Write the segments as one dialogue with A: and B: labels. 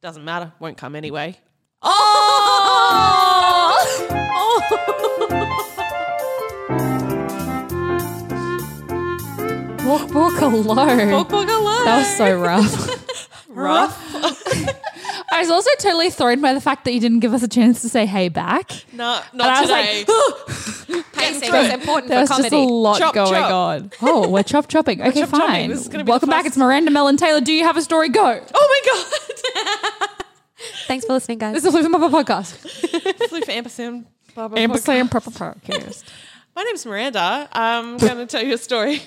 A: Doesn't matter. Won't come anyway. Oh!
B: Walk, walk alone.
A: Walk, walk alone.
B: that was so rough.
A: rough.
B: I was also totally thrown by the fact that you didn't give us a chance to say hey back.
A: No,
B: and I
A: not
B: was
A: today.
B: like,
C: Pacing is important
B: there
C: for
B: was just a
C: comedy.
B: lot
A: Chop,
B: going
A: chop.
B: on. Oh, we're chop chopping. Okay,
A: chop chopping.
B: fine.
A: This is gonna be the
B: Welcome back.
A: first-
B: It's Miranda, Mel, and Taylor. Do you have a story? Go.
A: oh my god.
C: Thanks for listening, guys.
B: This is the Flip Mama podcast.
A: flew for ampersand. Blah, blah, blah.
B: Ampersand proper podcast.
A: My name's Miranda. I'm going to tell you a story.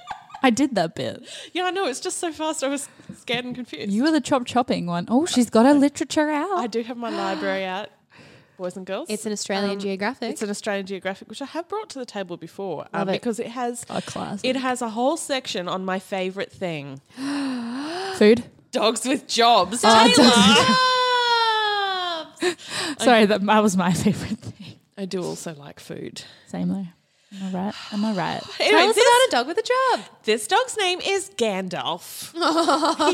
B: I did that bit.
A: yeah, I know. It's just so fast. I was scared and confused.
B: You were the chop chopping one. Oh, she's got her literature out.
A: I do have my library out, boys and girls. Um,
C: It's an Australian Geographic.
A: It's an Australian Geographic, which I have brought to the table before um,
C: it.
A: because it has
B: A classic.
A: It has a whole section on my favorite thing:
B: Food.
A: dogs with jobs. Taylor!
B: Sorry, that, that was my favorite thing.
A: I do also like food.
B: Same though. Am I right? Am I right?
A: Anyway,
C: Tell us
A: this,
C: about a dog with a job.
A: this dog's name is Gandalf.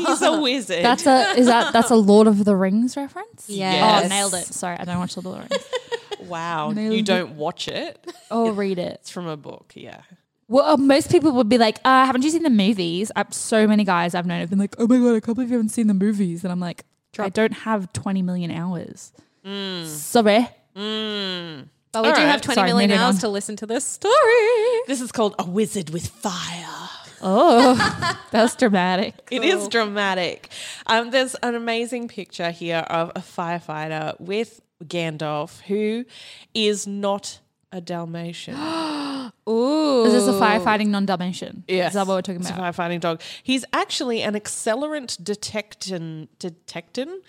A: He's a wizard.
B: That's a is that that's a Lord of the Rings reference?
C: Yes.
B: Oh, nailed it. Sorry, I don't watch Lord of the Rings.
A: wow.
B: Nailed
A: You
B: it.
A: don't watch it.
B: Oh, read it.
A: It's from a book. Yeah.
B: Well, uh, most people would be like, uh, "Haven't you seen the movies?" i so many guys I've known have been like, "Oh my god, I can't believe you haven't seen the movies," and I'm like, "I don't have 20 million hours." Mm. Sorry.
C: But we
A: All
C: do
A: right.
C: have twenty
B: Sorry,
C: million
B: moving
C: hours
B: on.
C: to listen to this story.
A: This is called A Wizard with Fire.
B: Oh, that's dramatic.
A: It is dramatic. Um, there's an amazing picture here of a firefighter with Gandalf, who is not a Dalmatian.
C: Ooh.
B: Is this a firefighting non-Dalmatian?
A: Yes.
B: Is that what we're talking about?
A: It's a firefighting dog. He's actually an accelerant detectin, detectin,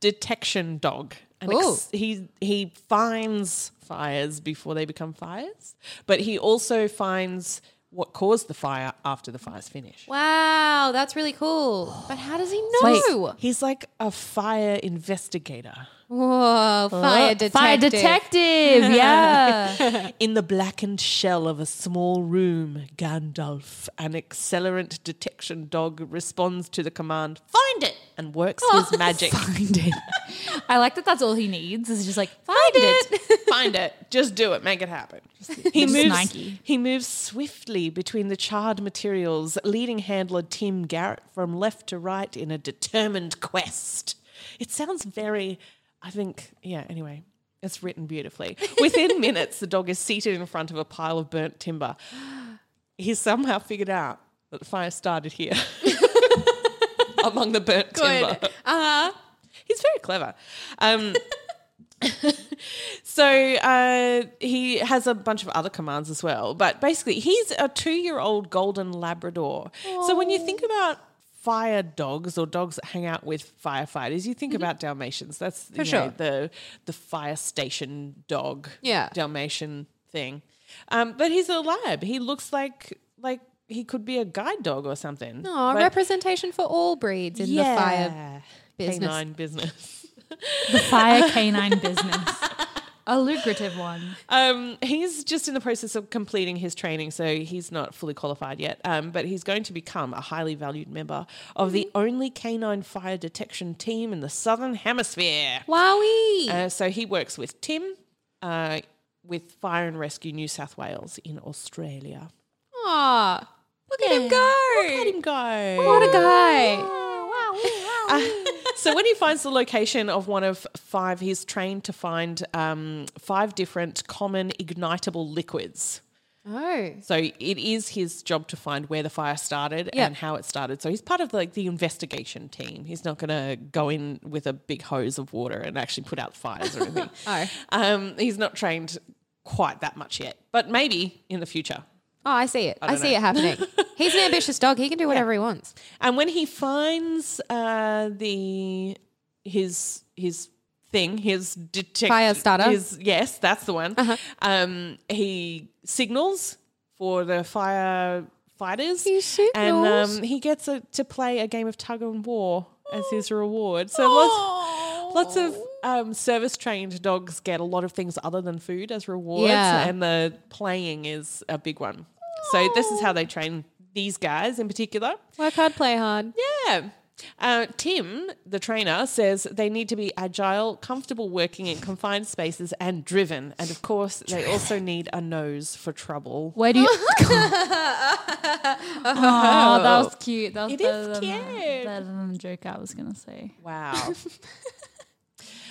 A: detection dog. An ex- he he finds fires before they become fires, but he also finds what caused the fire after the fire's finished.
C: Wow, that's really cool. But how does he
B: Wait.
C: know?
A: He's like a fire investigator
C: Whoa, Oh, fire detective.
B: Fire detective. Yeah.
A: in the blackened shell of a small room. Gandalf, an accelerant detection dog, responds to the command "Find it" and works his magic.
B: find it. I like that that's all he needs is just like find,
C: it.
B: it.
A: Find it. Just do it. Make it happen. He
B: Just
A: moves.
B: Nike.
A: He moves swiftly between the charred materials, leading handler Tim Garrett from left to right in a determined quest. It sounds very. I think. Yeah. Anyway. It's written beautifully. Within minutes, the dog is seated in front of a pile of burnt timber. He's somehow figured out that the fire started here among the burnt timber. He's very clever. Um, so uh, he has a bunch of other commands as well, but basically he's a two-year-old golden Labrador. So when you think about fire dogs or dogs that hang out with firefighters, you think about Dalmatians. That's you know,
C: Mm-hmm. sure.
A: the the fire station dog,
C: Yeah.
A: Dalmatian thing. Um, but he's a lab. He looks like like he could be a guide dog or something.
C: Aw,
A: But-
C: representation for all breeds in the fire. business.
A: Canine business.
B: The fire canine business. A lucrative one.
A: Um, he's just in the process of completing his training, so he's not fully qualified yet. Um, but he's going to become a highly valued member of the only canine fire detection team in the Southern Hemisphere.
C: Wowie.
A: Uh, so he works with Tim uh, with Fire and Rescue New South Wales in Australia.
C: Aw, look at him go.
A: Let him go.
C: What a guy.
A: so when he finds the location of one of five, he's trained to find um, five different common ignitable liquids.
C: Oh.
A: So it is his job to find where the fire started
C: Yeah.
A: and how it started. So he's part of like the investigation team. He's not going to go in with a big hose of water and actually put out fires or anything.
C: Oh.
A: um, he's not trained quite that much yet, but maybe in the future.
C: Oh, I see it. I, see it happening. He's an ambitious dog. He can do whatever he wants.
A: And when he finds uh, the his his thing, his detect
C: Fire starter? Uh-huh.
A: His, yes, that's the one. Um, he signals for the firefighters.
C: He
A: and
C: signals.
A: um, he gets a, to play a game of tug and war as his reward. So lots lots of um, service trained dogs get a lot of things other than food as rewards,
C: Yeah.
A: and the playing is a big one. So this is how they train these guys in particular.
C: Work hard, play hard.
A: Yeah. Uh, Tim, the trainer, says they need to be agile, comfortable working in confined spaces, and driven. And of course, they also need a nose for trouble.
B: Where do you? oh, that was cute. That was
A: It is
B: better than,
A: cute.
B: Better than the joke I was gonna say.
A: Wow.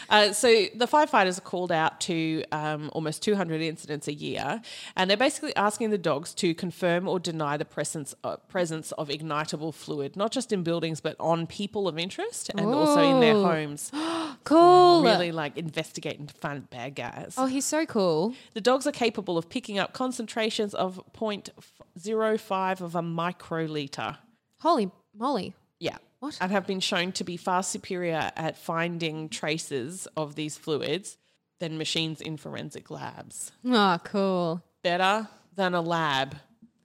A: Uh, so the firefighters are called out to um, almost 200 incidents a year, and they're basically asking the dogs to confirm or deny the presence uh, presence of ignitable fluid, not just in buildings but on people of interest and also in their
C: Ooh.
A: homes.
C: Cool.
A: Really like investigate and find bad guys.
C: Oh, he's so cool.
A: The dogs are capable of picking up concentrations of 0.05 of a microliter.
C: Holy moly.
A: Yeah. What? And have been shown to be far superior at finding traces of these fluids than machines in forensic labs.
C: Oh, cool.
A: Better than a lab.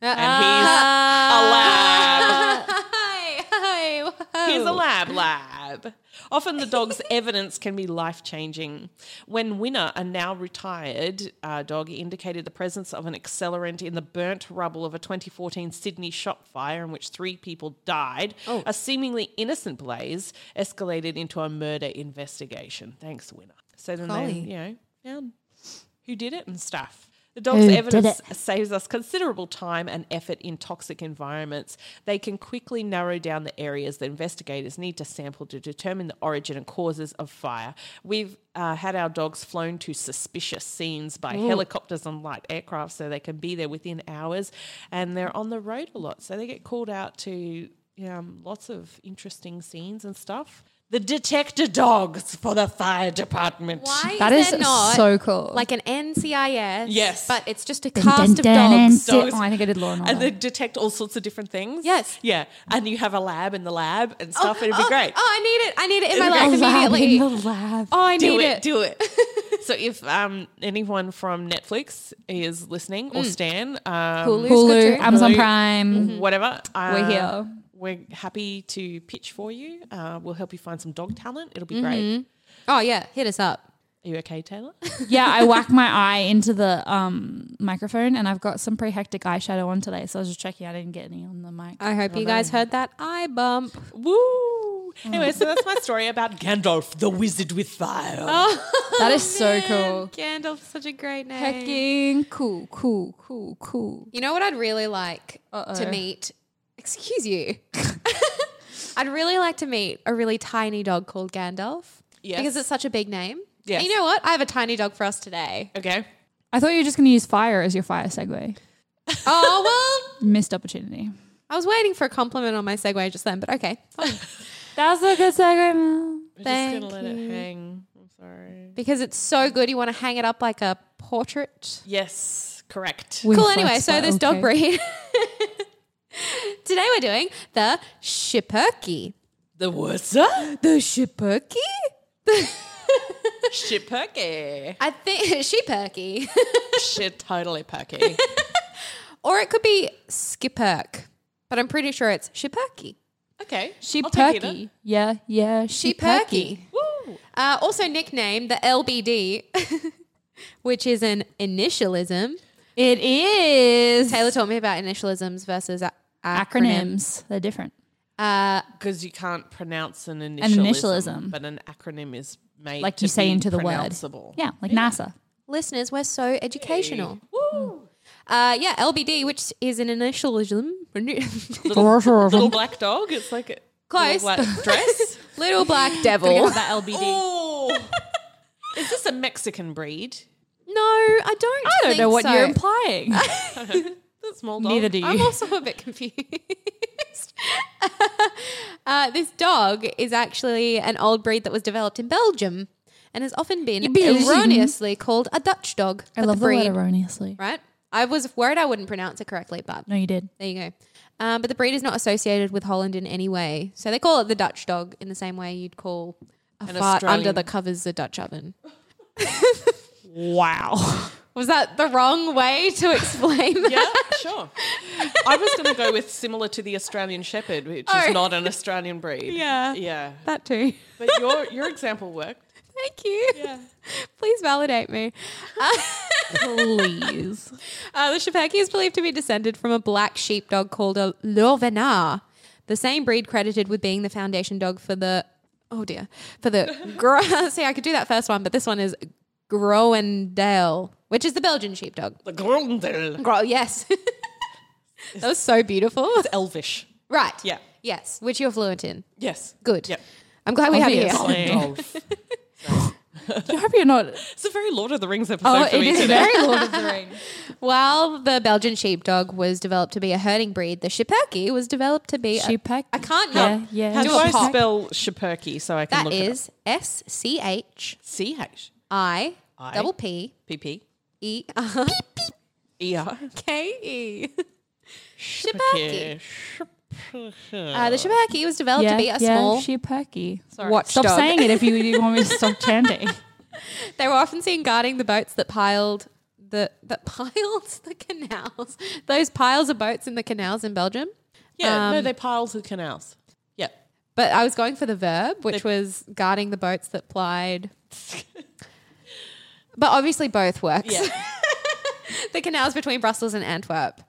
C: Ah.
A: And he's a lab.
C: Hi, hi, whoa.
A: Here's a lab lab. Often the dog's evidence can be life changing. When Winner, a now retired uh, dog, indicated the presence of an accelerant in the burnt rubble of a 2014 Sydney shop fire in which three people died, a seemingly innocent blaze escalated into a murder investigation. Thanks, Winner. So then they,
C: Golly.
A: you know, found who did it and stuff. The dog's evidence saves us considerable time and effort in toxic environments. They can quickly narrow down the areas that investigators need to sample to determine the origin and causes of fire. We've uh, had our dogs flown to suspicious scenes by helicopters and light aircraft so they can be there within hours. And they're on the road a lot, so they get called out to um, lots of interesting scenes and stuff. The detector dogs for the fire department.
C: Why
B: That
C: is, there
B: is
C: not
B: so cool.
C: Like an NCIS.
A: Yes.
C: But it's just a
B: Dun,
C: cast
B: dun,
C: of
B: dun,
C: dogs.
B: dun.
A: dogs.
B: Oh, I think I did Law and Order.
A: and they detect all sorts of different things.
C: Yes.
A: Yeah. And you have a lab in the lab and stuff. it'd be
C: oh,
A: great.
C: Oh, I need it. I need it in my
A: It'd be
C: life
A: great.
B: lab
C: immediately.
B: in the lab.
C: oh, I
A: do
C: need
A: it,
C: it.
A: Do it. so if um, anyone from Netflix is listening
C: Mm.
A: or Stan, um,
C: Hulu's good
B: Hulu,
C: too.
B: Amazon
A: Hulu.
B: Prime.
A: whatever, uh,
B: We're here.
A: We're happy to pitch for you. Uh, we'll help you find some dog talent. It'll be great.
C: Oh, yeah. Hit us up.
A: Are you okay, Taylor?
B: Yeah, I whacked my eye into the um, microphone, and I've got some pretty hectic eyeshadow on today. So I was just checking I didn't get any on the mic.
C: I hope you guys heard that eye bump.
A: Woo! Anyway, so that's my story about Gandalf, the wizard with fire.
C: Oh,
B: that is so cool.
A: Oh,
C: Gandalf's such a great name.
B: Hecking, cool, cool, cool, cool.
C: You know what I'd really like
B: Uh-oh.
C: to meet? Excuse you. I'd really like to meet a really tiny dog called Gandalf.
A: Yes.
C: Because it's such a big name.
A: Yes.
C: And you know what? I have a tiny dog for us today.
A: Okay.
B: I thought you were just going to use fire as your fire segue.
C: oh, well,
B: Missed opportunity.
C: I was waiting for a compliment on my segue just then, but okay. fine.
B: That was a good segue, Mel.
A: We're
C: Thank
A: just gonna let it hang. I'm sorry.
C: because it's so good, you want to hang it up like a portrait.
A: Yes, correct.
C: Cool, anyway, so this dog breed. today we're doing the Shipperky.
A: The Wurzer?
C: The Shipperky?
A: Shit perky.
C: I think she perky.
A: Shit totally perky.
C: or it could be Skipperk, but I'm pretty sure it's Shipperky.
A: Okay.
B: She
A: I'll take either.
B: perky. Yeah, yeah. She,
C: She
B: perky.
C: perky.
A: Woo.
C: Uh, also nicknamed the LBD, which is an initialism.
B: It is.
C: Taylor taught me about initialisms versus a- acronyms.
B: Acronyms. They're different.
C: Uh,
A: Because you can't pronounce an initialism,
B: initialism.
A: but an acronym is made
B: Like
A: to
B: you say
A: be
B: into the word.
A: pronounceable.
B: Yeah, like NASA.
C: listeners, we're so educational.
A: Woo.
C: Uh, yeah, LBD, which is an initialism.
A: Little black dog. It's like a
C: Close.
A: little black dress.
C: Little black devil.
B: That LBD.
A: oh. Is this a Mexican breed?
C: No, I don't.
B: I don't
C: think
B: know what
C: so.
B: you're implying.
A: The small dog.
B: Neither do you.
C: I'm also a bit confused. uh, this dog is actually an old breed that was developed in Belgium and has often been
B: Belgium.
C: erroneously called a Dutch dog.
B: I
C: but
B: love the
C: breed,
B: word erroneously.
C: right? I was worried I wouldn't pronounce it correctly, but
B: No, you did.
C: there you go. Um, but the breed is not associated with Holland in any way. So they call it the Dutch dog in the same way you'd call a
A: An
C: fart under
A: Australian-
C: the covers a Dutch oven.
A: Wow.
C: Was that the wrong way to explain that?
A: Yeah, sure. I was going to go with similar to the Australian Shepherd, which
C: Oh.
A: is not an Australian breed.
C: Yeah.
A: Yeah.
C: That too.
A: But your your example worked.
C: Thank you. Please validate me.
B: Please.
C: Uh, the Schipperke is believed to be descended from a black sheepdog called a Lorvenar, the same breed credited with being the foundation dog for the. Oh dear. For the. Gro- See, I could do that first one, but this one is Groendale, which is the Belgian sheepdog.
A: The Grundel.
C: Gro- yes. that was so beautiful.
A: Elvish.
C: Right.
A: Yeah.
C: Yes, which you're fluent in.
A: Yes.
C: Good. Oh.
A: Yep.
C: I'm glad we have you.
B: Obviously.
C: here.
A: Gandalf.
B: I hope you're not.
A: it's a very Lord of the Rings episode
C: Oh,
A: for
C: it
A: me
C: is
A: today.
C: very Lord of the Rings. While the Belgian sheepdog was developed to be a herding breed, the Schipperke was developed to be
B: Schipperke?
C: A, I can't
B: Yeah,
C: not
B: yeah.
A: How
C: do
A: do
B: You're
C: a
A: I
C: pop.
A: spell Shapurki so I can
C: That
A: look it up?
C: is S C H
A: C-H.
C: I
A: I.
C: double P
A: PP.
C: E
A: E-R.
C: K E.
A: Shapurki.
C: Uh, The Schipperke was developed to be a small.
B: she perky.
C: watchdog.
B: Stop saying it if you, you want me to stop chanting.
C: They were often seen guarding the boats that piled the that piles the canals. Those piles of boats in the canals in Belgium.
A: Yeah,
C: Um,
A: no, they piles the canals. Yeah.
C: But I was going for the verb, which was guarding the boats that plied. but obviously, both works.
A: Yeah.
C: the canals between Brussels and Antwerp.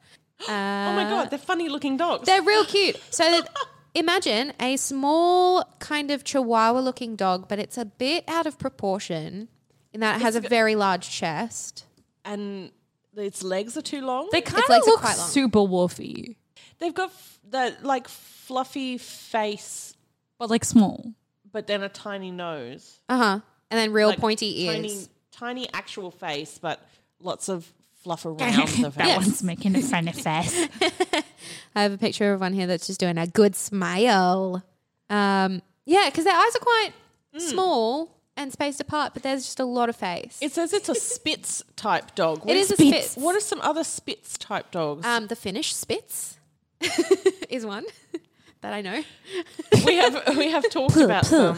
A: oh my God, they're funny looking dogs.
C: They're real cute. So that, imagine a small kind of chihuahua looking dog, but it's a bit out of proportion in that it has a very large chest.
A: and its legs are too long.
B: They kind of
C: legs are
B: look
C: quite long.
B: super wolfy,
A: They've got f- that like fluffy face,
B: but like small.
A: but then a tiny nose,
C: Uh huh. And then real
A: Like,
C: pointy ears.
A: tiny, tiny actual face, but lots of fluff around the face.
B: That one's making a funny face.
C: I have a picture of one here that's just doing a good smile. Um, yeah, because their eyes are quite
A: Hmm.
C: small and spaced apart, but there's just a lot of face.
A: It says it's a Spitz type dog. What
C: it
A: is-
C: is a spitz.
A: What are some other Spitz type dogs?
C: Um, the Finnish spitz is one that I know.
A: we have we have talked about them.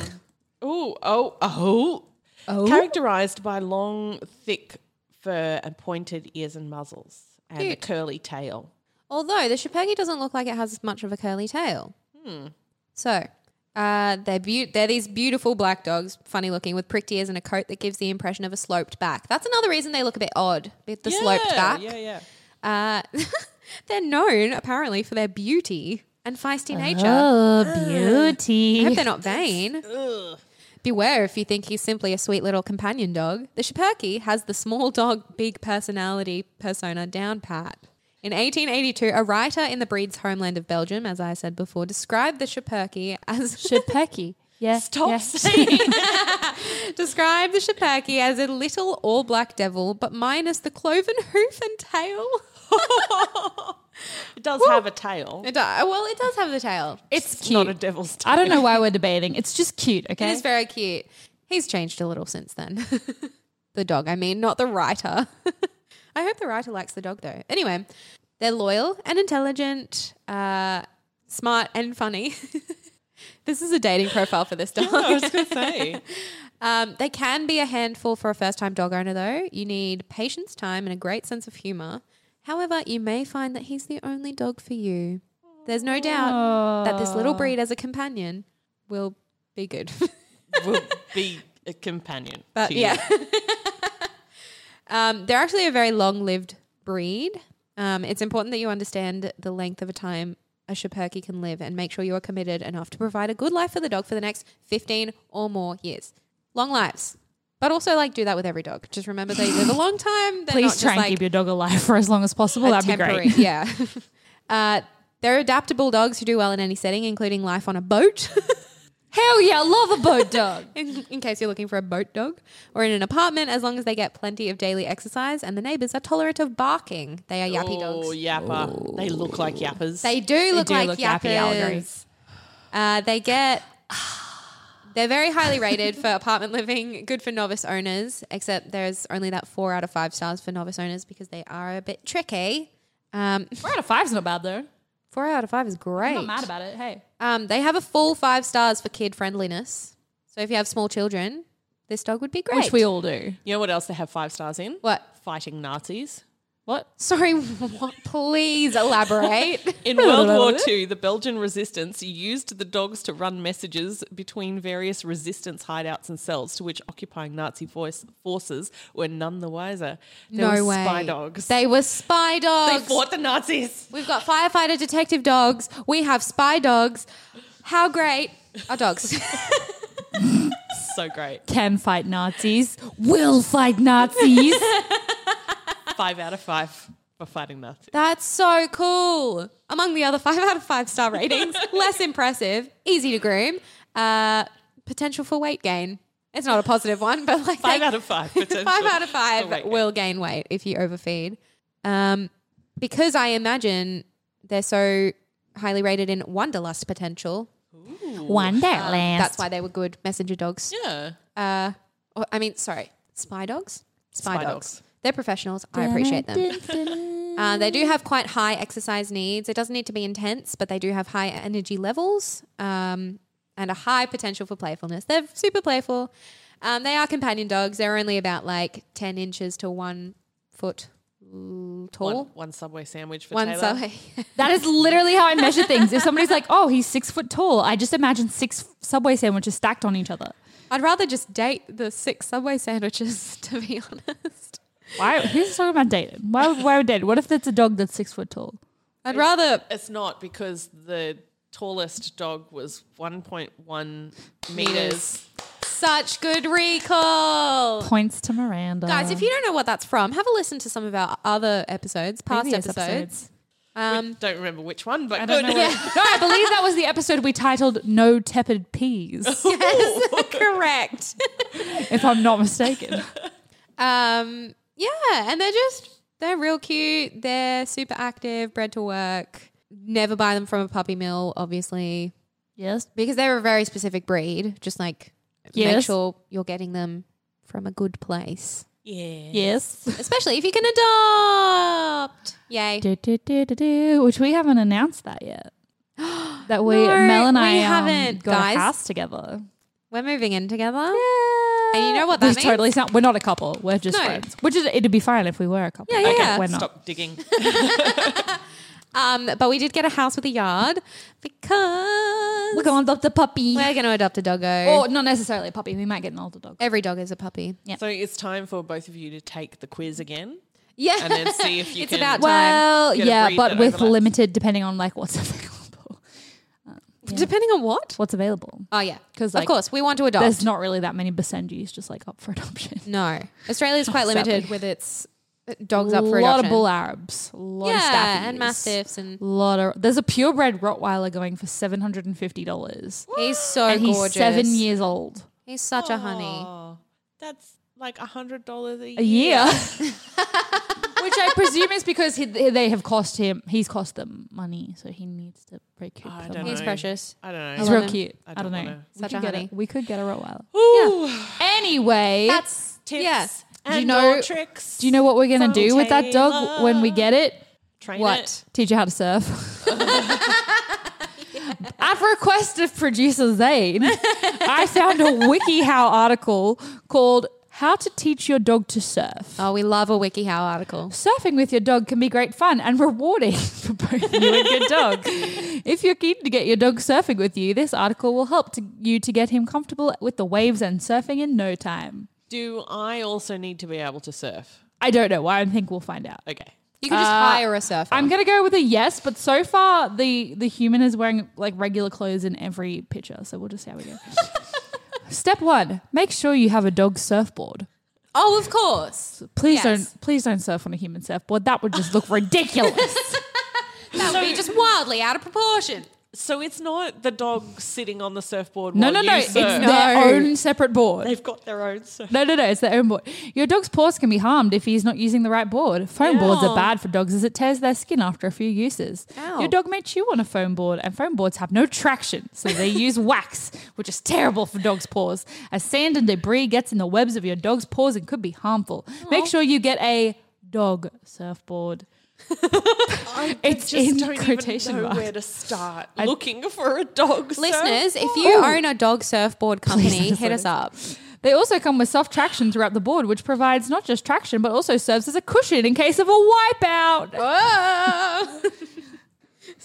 A: Ooh, oh, oh, oh, characterized by long, thick fur and pointed ears and muzzles and a
C: Cute.
A: curly tail.
C: Although the Shipperke doesn't look like it has as much of a curly tail.
A: Hmm.
C: So uh, they're beau- they're these beautiful black dogs, funny looking, with pricked ears and a coat that gives the impression of a sloped back. That's another reason they look a bit odd with the sloped
A: Yeah,
C: back.
A: Yeah, yeah.
C: Uh, they're known apparently for their beauty and feisty nature.
B: Oh,
C: I hope
B: beauty.
C: they're not vain. Beware if you think he's simply a sweet little companion dog. The Schipperke has the small dog, big personality persona down pat. In 1882, a writer in the breed's homeland of Belgium, as I said before, described the Schipperke as
B: Shipeki. Yeah.
A: Stop
B: yeah.
A: saying
C: described the Schipperke as a little all-black devil, but minus the cloven hoof and tail.
A: it does have a tail.
C: It do- uh, well, it does have the tail.
B: It's
A: It's
B: cute.
A: not a devil's tail.
B: I don't know why we're debating. It's just cute, okay?
C: It is very cute. He's changed a little since then. the dog, I mean, not the writer. I hope the writer likes the dog though. Anyway, they're loyal and intelligent, uh, smart and funny. this is a dating profile for this dog.
A: I was going to say.
C: Um, they can be a handful for a first time dog owner, though. You need patience, time, and a great sense of humor. However, you may find that he's the only dog for you. There's no doubt that this little breed as a companion will be good.
A: will be a companion.
C: But
A: to you.
C: yeah. um, they're actually a very long lived breed. Um, it's important that you understand the length of a time a Schipperke can live and make sure you are committed enough to provide a good life for the dog for the next 15 or more years. Long lives. But also, like, do that with every dog. Just remember they live a long time. They're
B: Please
C: not
B: try
C: just,
B: and
C: like,
B: keep your dog alive for as long as possible.
C: a
B: That'd be
C: temporary-
B: great.
C: Yeah. Uh, they're adaptable dogs who do well in any setting, including life on a boat.
B: Hell yeah, love a boat dog.
C: in, in case you're looking for a boat dog or in an apartment, as long as they get plenty of daily exercise and the neighbors are tolerant of barking. They are yappy
A: Oh,
C: dogs.
A: yapper. They look like yappers.
C: They do look
B: do
C: like
B: look yappy,
C: yappy,
B: I'll agree.
C: yappers. Uh, they get They're very highly rated for apartment living, good for novice owners, except there's only that four out of five stars for novice owners because they are a bit tricky. Um,
B: Four out of five's not bad though.
C: four out of five is great.
B: I'm not mad about it. Hey,
C: Um, they have a full five stars for kid friendliness. So if you have small children, this dog would be great.
B: which we all do.
A: You know what else they have five stars in?
C: What?
A: Fighting Nazis.
B: What?
C: Sorry, what? please elaborate.
A: In World War II, the Belgian resistance used the dogs to run messages between various resistance hideouts and cells to which occupying Nazi voice forces were none the wiser. They
C: no
A: were
C: way.
A: spy dogs.
C: They were spy
A: They
C: dogs.
A: fought the Nazis.
C: We've got firefighter detective dogs. We have spy dogs. How great are dogs?
A: So great.
B: Can fight Nazis. Will fight Nazis.
A: Five out of five for fighting Nazis.
C: That's so cool. Among the other five out of five star ratings, less impressive, easy to groom, uh, potential for weight gain. It's not a positive one, but like
A: Five
C: they-
A: out of five potential
C: five out of
A: for
C: five
A: weight gain.
C: will gain weight if you overfeed. Um, because I imagine they're so highly rated in wanderlust potential.
B: Wonderland.
C: Um, That's why they were good messenger dogs.
A: Yeah.
C: Or- I mean, sorry, spy dogs. Spy,
A: Spy
C: dogs.
A: dogs.
C: They're professionals. I appreciate them. Uh, they do have quite high exercise needs. It doesn't need to be intense, but they do have high energy levels um, and a high potential for playfulness. They're super playful. Um, they are companion dogs. They're only about like 10 inches to one foot mm, tall.
A: One, one subway sandwich for
C: One
A: Taylor.
C: so
B: That is literally how I measure things. If somebody's like, "Oh, he's six foot tall," I just imagine six Subway sandwiches stacked on each other.
C: I'd rather just date the six Subway sandwiches, to be honest.
B: Why? Who's talking about dating? Why? would- Why would dating? What if that's a dog that's six foot tall?
C: I'd rather
A: It's not because the tallest dog was 1.1 meters.
C: such good recall.
B: Points to Miranda.
C: Guys, if you don't know what that's from, have a listen to some of our other episodes, past
B: Previous
C: episodes.
B: episodes.
C: Um,
A: Don't remember which one, but
B: I
A: good.
B: don't know. where- No, I believe that was the episode we titled "No Tepid Peas," Oh,
C: yes, correct.
B: if I'm not mistaken.
C: Um, yeah, and they're just they're real cute. They're super active, bred to work. Never buy them from a puppy mill, obviously,
B: Yes.
C: because they're a very specific breed. Just like make
B: Yes.
C: sure you're getting them from a good place,
A: Yeah.
B: Yes.
C: especially if you can adopt. Yay!
B: Do, do, do, do, do, which we haven't announced that yet. That we,
C: No,
B: Mel and
C: we
B: I,
C: haven't,
B: um, got
C: guys.
B: a house together.
C: We're moving in together. And you know what that
B: we
C: means?
B: totally sound. We're not a couple. We're just
C: No.
B: friends. Which is it'd be fine if we were a couple.
C: Yeah, yeah,
B: Okay,
C: yeah.
B: We're not.
A: Stop digging.
C: Um, but we did get a house with a yard because
B: We're going to adopt a puppy.
C: we're going to adopt a doggo.
B: Or not necessarily a puppy. We might get an older dog.
C: Every dog is a puppy.
A: so it's time for both of you to take the quiz again.
C: Yeah.
A: And then see if you
C: it's
A: can-
C: about time.
B: Well,
A: You gotta
B: Um, yeah,
A: breed
B: but
A: that
B: with
A: overlaps.
B: limited, depending on like what's available.
C: Depending on what?
B: What's available?
C: Oh yeah.
B: 'Cause,
C: of
B: like,
C: course we want to adopt.
B: There's not really that many Basenjis just like up for adoption.
C: no. Australia's
A: Oh,
C: quite
B: Sadly.
C: limited with its uh, dogs up for
B: a lot
C: adoption.
B: of bull arabs, a lot of
C: yeah,
B: staffies,
C: and mastiffs and
B: lot of there's a purebred Rottweiler going for seven hundred and fifty dollars,
C: he's so
B: and he's
C: gorgeous.
B: seven years old.
C: He's such a honey.
A: Oh, that's like a hundred dollars a year.
B: A year, which I presume is because he, they have cost him. He's cost them money, so he needs to recoup.
A: I
B: some
A: don't
B: money.
C: He's
A: know.
C: precious.
A: I don't know.
B: He's
C: love
B: real
C: him.
B: cute.
A: I
B: I
A: don't
B: don't, know.
A: wanna-
B: We
C: Such
B: could
C: a
B: get
C: honey.
B: A, we could get a Rottweiler.
A: Ooh,
B: Anyway,
C: That's
A: tips
C: yeah.
A: and
B: you know-
A: or tricks.
B: do you know what we're gonna
A: from
B: do with that dog
A: Taylor.
B: when we get it?
A: Train it.
B: What? Teach you how to surf. At request of producer Zane, I found a WikiHow article called How to Teach Your Dog to Surf.
C: Oh, we love a WikiHow article.
B: Surfing with your dog can be great fun and rewarding for both you and your dog. If you're keen to get your dog surfing with you, this article will help to, you to get him comfortable with the waves and surfing in no time.
A: Do I also need to be able to surf?
B: I don't know why, I think we'll find out.
A: Okay.
C: You can just hire a surfer.
B: I'm gonna go with a yes, but so far the the human is wearing like regular clothes in every picture, so we'll just see how we go. Step one: make sure you have a dog surfboard.
C: oh, of course.
B: Please
C: Yes.
B: don't please don't surf on a human surfboard. That would just look ridiculous.
C: That would be just wildly out of proportion.
A: So it's not the dog sitting on the surfboard.
B: No,
A: while
B: no,
A: you
B: no. It's
A: surf.
B: their
C: No.
B: own separate board.
A: They've got their own. surf-
B: No, no, no. It's their own board. Your dog's paws can be harmed if he's not using the right board. Foam boards are bad for dogs as it tears their skin after a few uses.
C: Ow.
B: Your dog may chew on a foam board, and foam boards have no traction, so they use wax, which is terrible for dogs' paws. As sand and debris gets in the webs of your dog's paws and could be harmful. Make sure you get a dog surfboard. it's
A: Just
B: in
A: don't
B: quotation
A: even know
B: marks.
A: where to start looking for a dog.
C: Listeners, if you own a dog surfboard company,
B: Please,
C: hit us up.
B: They also come with soft traction throughout the board, which provides not just traction but also serves as a cushion in case of a wipeout.
C: Oh.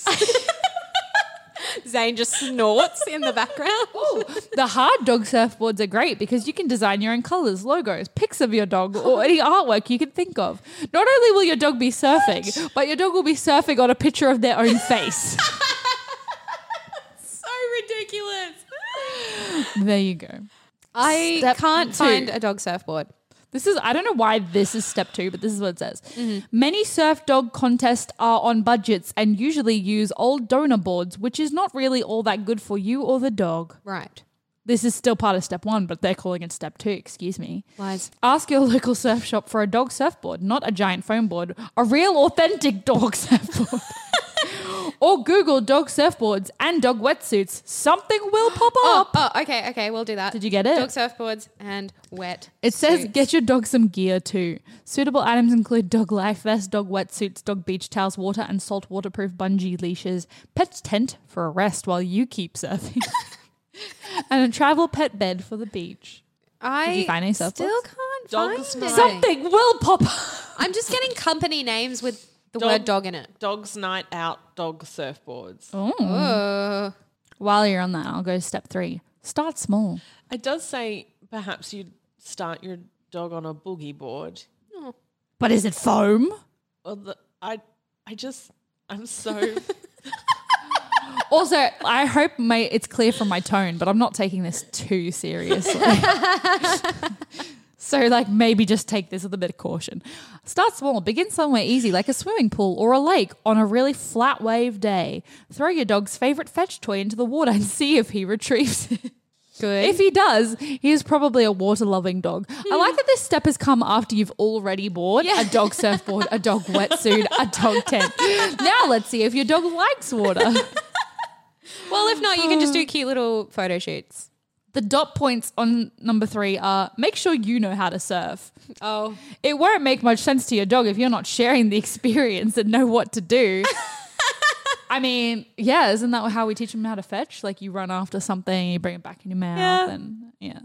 C: Zane just snorts in the background.
B: The hard dog surfboards are great because you can design your own colors, logos, pics of your dog, or any artwork you can think of. Not only will your dog be surfing, but your dog will be surfing on a picture of their own face.
C: so ridiculous.
B: there you go.
C: I
B: Step
C: can't
B: two.
C: find a dog surfboard.
B: This is, I don't know why this is step two, but this is what it says. Many surf dog contests are on budgets and usually use old donor boards, which is not really all that good for you or the dog.
C: Right.
B: This is still part of step one, but they're calling it step two, excuse me.
C: Lies.
B: Ask your local surf shop for a dog surfboard, not a giant foam board, a real authentic dog surfboard. or Google dog surfboards and dog wetsuits. Something will pop
C: Oh,
B: up.
C: oh, okay, okay, we'll do that.
B: Did you get it?
C: Dog surfboards and wet.
B: It says
C: suits.
B: get your dog some gear too. Suitable items include dog life vests, dog wetsuits, dog beach towels, water and salt waterproof bungee leashes, pet tent for a rest while you keep surfing, and a travel pet bed for the beach.
C: I
B: Did you find any
C: still
B: surfboards?
C: can't
A: Dogs
C: find
A: night.
C: it.
B: Something will pop up.
C: I'm just getting company names with the
A: Dog-
C: word dog in it.
A: Dogs night out, dog surfboards.
B: Mm.
C: Oh.
B: While you're on that, I'll go to step three. Start small.
A: It does say perhaps you start your dog on a boogie board.
B: But is it foam?
A: Or Oh, the, I, I just, I'm so.
B: Also, I hope my it's clear from my tone, but I'm not taking this too seriously. so, like, maybe just take this with a bit of caution. Start small. Begin somewhere easy, like a swimming pool or a lake on a really flat wave day. Throw your dog's favorite fetch toy into the water and see if he retrieves it.
C: Good.
B: If he does, he is probably a water loving dog. I like that this step has come after you've already bought a dog surfboard, a dog wetsuit, a dog tent. Now let's see if your dog likes water.
C: well, if not, you can just do cute little photo shoots.
B: The dot points on number three are make sure you know how to surf.
C: Oh.
B: It won't make much sense to your dog if you're not sharing the experience and know what to do. I mean, yeah, isn't that how we teach them how to fetch? Like you run after something, you bring it back in your mouth,
C: Yeah. Uh,
B: and yeah.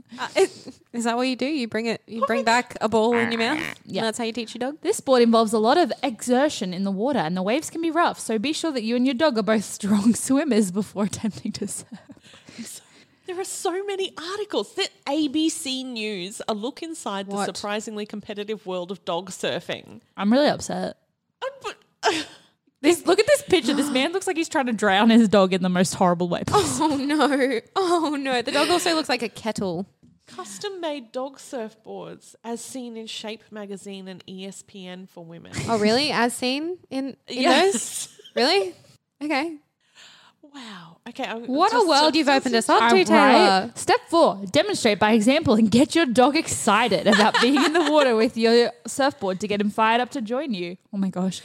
C: Is that what you do? You bring it you bring back a ball in your mouth? Yeah. That's how you teach your dog?
B: This sport involves a lot of exertion in the water, and the waves can be rough. So be sure that you and your dog are both strong swimmers before attempting to surf.
A: There are so many articles that ABC News a look inside the
C: What?
A: surprisingly competitive world of dog surfing.
B: I'm really upset.
A: Uh, but-
B: This look at this picture. This man looks like he's trying to drown his dog in the most horrible way. possible.
C: Oh no. Oh no. The dog also looks like a kettle.
A: Custom made dog surfboards as seen in Shape magazine and E ESPN for women.
C: Oh really? As seen in, in those?
A: yes.
C: Really? Okay.
A: Wow. Okay. I'm
C: What
A: just-
C: a world you've opened us up to,
B: All right.
C: Taylor.
B: Step four: demonstrate by example and get your dog excited about being in the water with your surfboard to get him fired up to join you. Oh my gosh!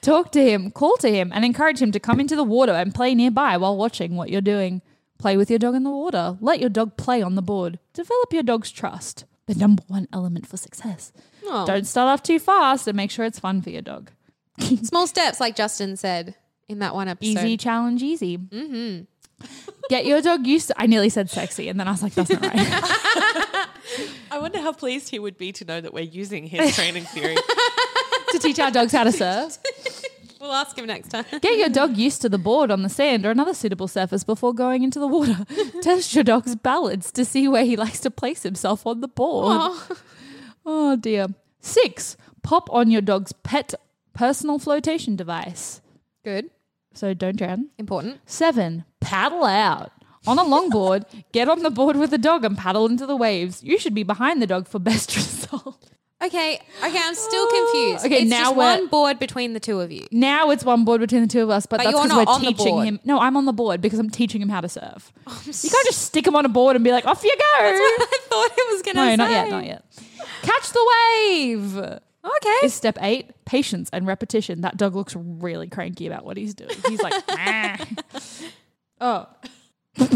B: Talk to him, call to him, and encourage him to come into the water and play nearby while watching what you're doing. Play with your dog in the water. Let your dog play on the board. Develop your dog's trust. The number one element for success. Don't start off too fast and make sure it's fun for your dog.
C: Small steps, like Justin said in that one episode.
B: Easy challenge, easy. Mm-hmm. Get your dog used. To, I nearly said sexy, and then I was like, "That's not right."
A: I wonder how pleased he would be to know that we're using his training theory.
B: to teach our dogs how to surf.
C: We'll ask him next time.
B: Get your dog used to the board on the sand or another suitable surface before going into the water. Test your dog's balance to see where he likes to place himself on the board. Oh dear. Six. Pop on your dog's pet personal flotation device.
C: Good.
B: So don't drown.
C: Important.
B: Seven, paddle out. On a longboard, get on the board with the dog and paddle into the waves. You should be behind the dog for best result.
C: Okay, okay, I'm still confused.
B: Okay,
C: it's
B: now
C: just
B: we're-
C: one board between the two of you.
B: Now it's one board between the two of us, but,
C: But
B: that's
C: you're
B: because
C: not
B: we're
C: on the
B: teaching
C: board. Oh,
B: him. No, I'm on the board because I'm teaching him how to serve. you can't just stick him on a board and be like, off you go.
C: I thought it was gonna.
B: No,
C: say.
B: not yet, not yet. Catch the wave
C: Okay,
B: is step eight patience and repetition. That dog looks really cranky about what he's doing. He's like, "Ah." oh,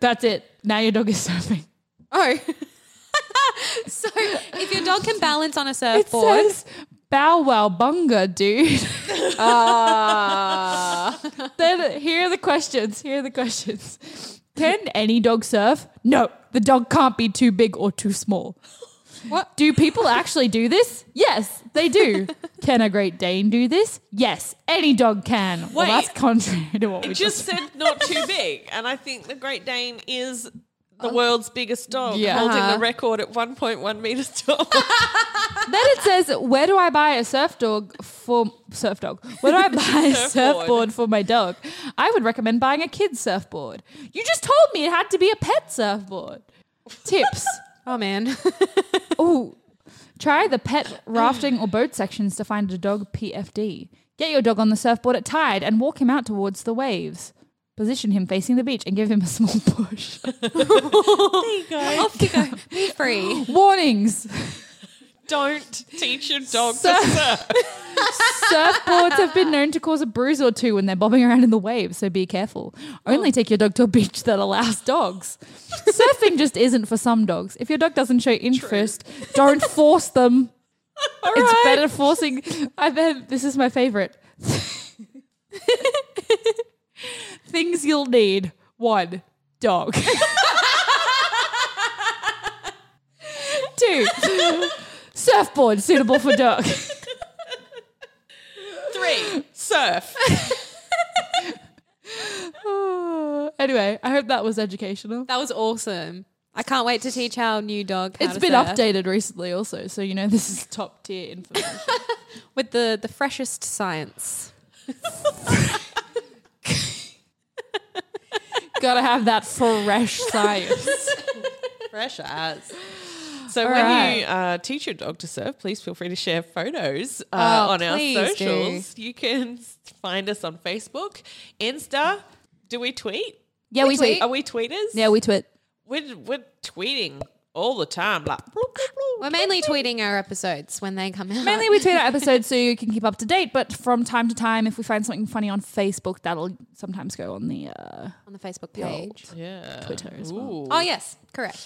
B: that's it. Now your dog is surfing.
C: Oh. so if your dog can balance on a
B: It
C: surfboard,
B: says bow wow bunga, dude. then here are the questions. Here are the questions. Can any dog surf? No, the dog can't be too big or too small.
C: What?
B: Do people actually do this? Yes, they do. can a Great Dane do this? Yes, any dog can. well,
A: Wait.
B: that's contrary to what we
A: It
B: just
A: just said not too big, and I think the Great Dane is the world's biggest dog,
B: Yeah.
A: holding
C: Uh-huh.
A: the record at 1.1 meters tall.
B: Then it says, "Where do I buy a surf dog for surf dog? Where do I buy a surfboard
A: Surfboard.
B: for my dog? I would recommend buying a kid's surfboard. You just told me it had to be a pet surfboard. Tips:
C: oh man,
B: Ooh, try the pet rafting or boat sections to find a dog PFD. Get your dog on the surfboard at tide and walk him out towards the waves. Position him facing the beach and give him a small push.
C: off you go. Be free.
B: Warnings.
A: Don't teach your dog
B: Surf-
A: to surf.
B: Surfboards have been known to cause a bruise or two when they're bobbing around in the waves, so be careful. Only take your dog to a beach that allows dogs. Surfing just isn't for some dogs. If your dog doesn't show interest, don't force them. It's better forcing. I bet this is my favorite. Things you'll need one, dog. Two, surfboard suitable for dog.
A: Three, surf.
B: anyway, I hope that was educational.
C: That was awesome. I can't wait to teach our new dog. How
B: It's
C: to
B: been
C: surf
B: updated recently, also, so you know this is top tier information.
C: with the the freshest science.
B: Gotta have that fresh science.
A: Fresh as. So when
B: right.
A: you uh, teach your dog to surf, please feel free to share photos uh,
C: Oh,
A: on our
C: please do.
A: socials. You can find us on Facebook, Insta. Do we tweet?
B: yeah, we
C: tweet.
B: tweet.
A: Are we tweeters?
B: Yeah, we tweet.
A: We're, we're tweeting all the time. Like, bloop, bloop, bloop.
C: We're mainly tweeting our episodes when they come out.
B: Mainly we tweet our episodes so you can keep up to date, but from time to time, if we find something funny on Facebook, that'll sometimes go on the uh,
C: on the Facebook page.
A: yeah.
B: Twitter as well.
A: Ooh.
C: Oh yes, correct.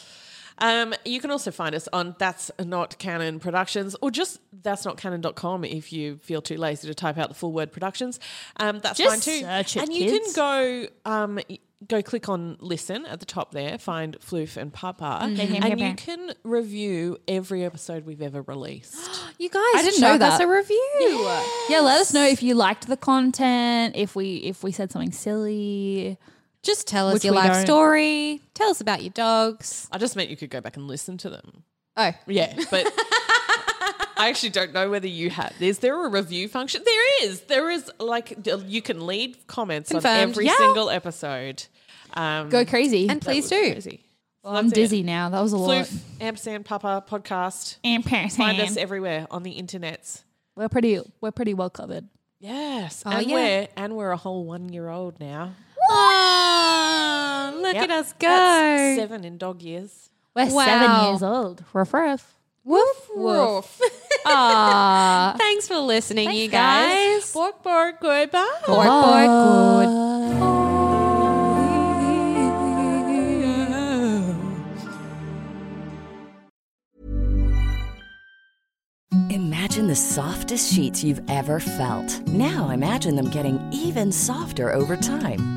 A: Um, you can also find us on That's Not Canon Productions or just that's not canon.com if you feel too lazy to type out the full word productions. Um, that's
B: Just
A: fine too.
B: search it,
A: and you can
B: kids.
A: go um, y- go click on listen at the top there, find Floof and Papa,
B: Mhm.
A: and you can review every episode we've ever released.
C: You guys,
B: I didn't know
C: showed us
B: that.
C: a review.
B: Yeah, let us know if you liked the content, if we if we said something silly.
C: Just tell us
B: Which
C: your
B: we
C: life
B: don't.
C: story. Tell us about your dogs.
A: I just meant you could go back and listen to them.
C: Oh,
A: Yeah, but I actually don't know whether you have. Is there a review function? There is. There is like you can leave comments on
C: Confirmed.
A: every
C: Yeah.
A: single episode. Um,
B: Go crazy.
C: and please do.
A: Crazy.
B: I'm dizzy now. That was a lot.
A: Floof, Ampersand Papa podcast.
B: And Paris
A: Find
B: hand.
A: us everywhere on the internets.
B: We're pretty we're pretty well covered.
A: Yes,
C: Oh,
A: and
C: yeah.
A: we're and we're a whole one year old now.
C: Ah, look
A: Yep.
C: at us go.
A: That's seven in dog years.
B: We're
C: Wow.
B: seven years old. Ruff ruff. Woof
C: Woof.
B: Ah.
C: Thanks for listening,
B: Thanks,
C: you guys.
B: guys.
A: Bork bork, go back.
C: Bork, bork, good.
D: Imagine the softest sheets you've ever felt. Now imagine them getting even softer over time.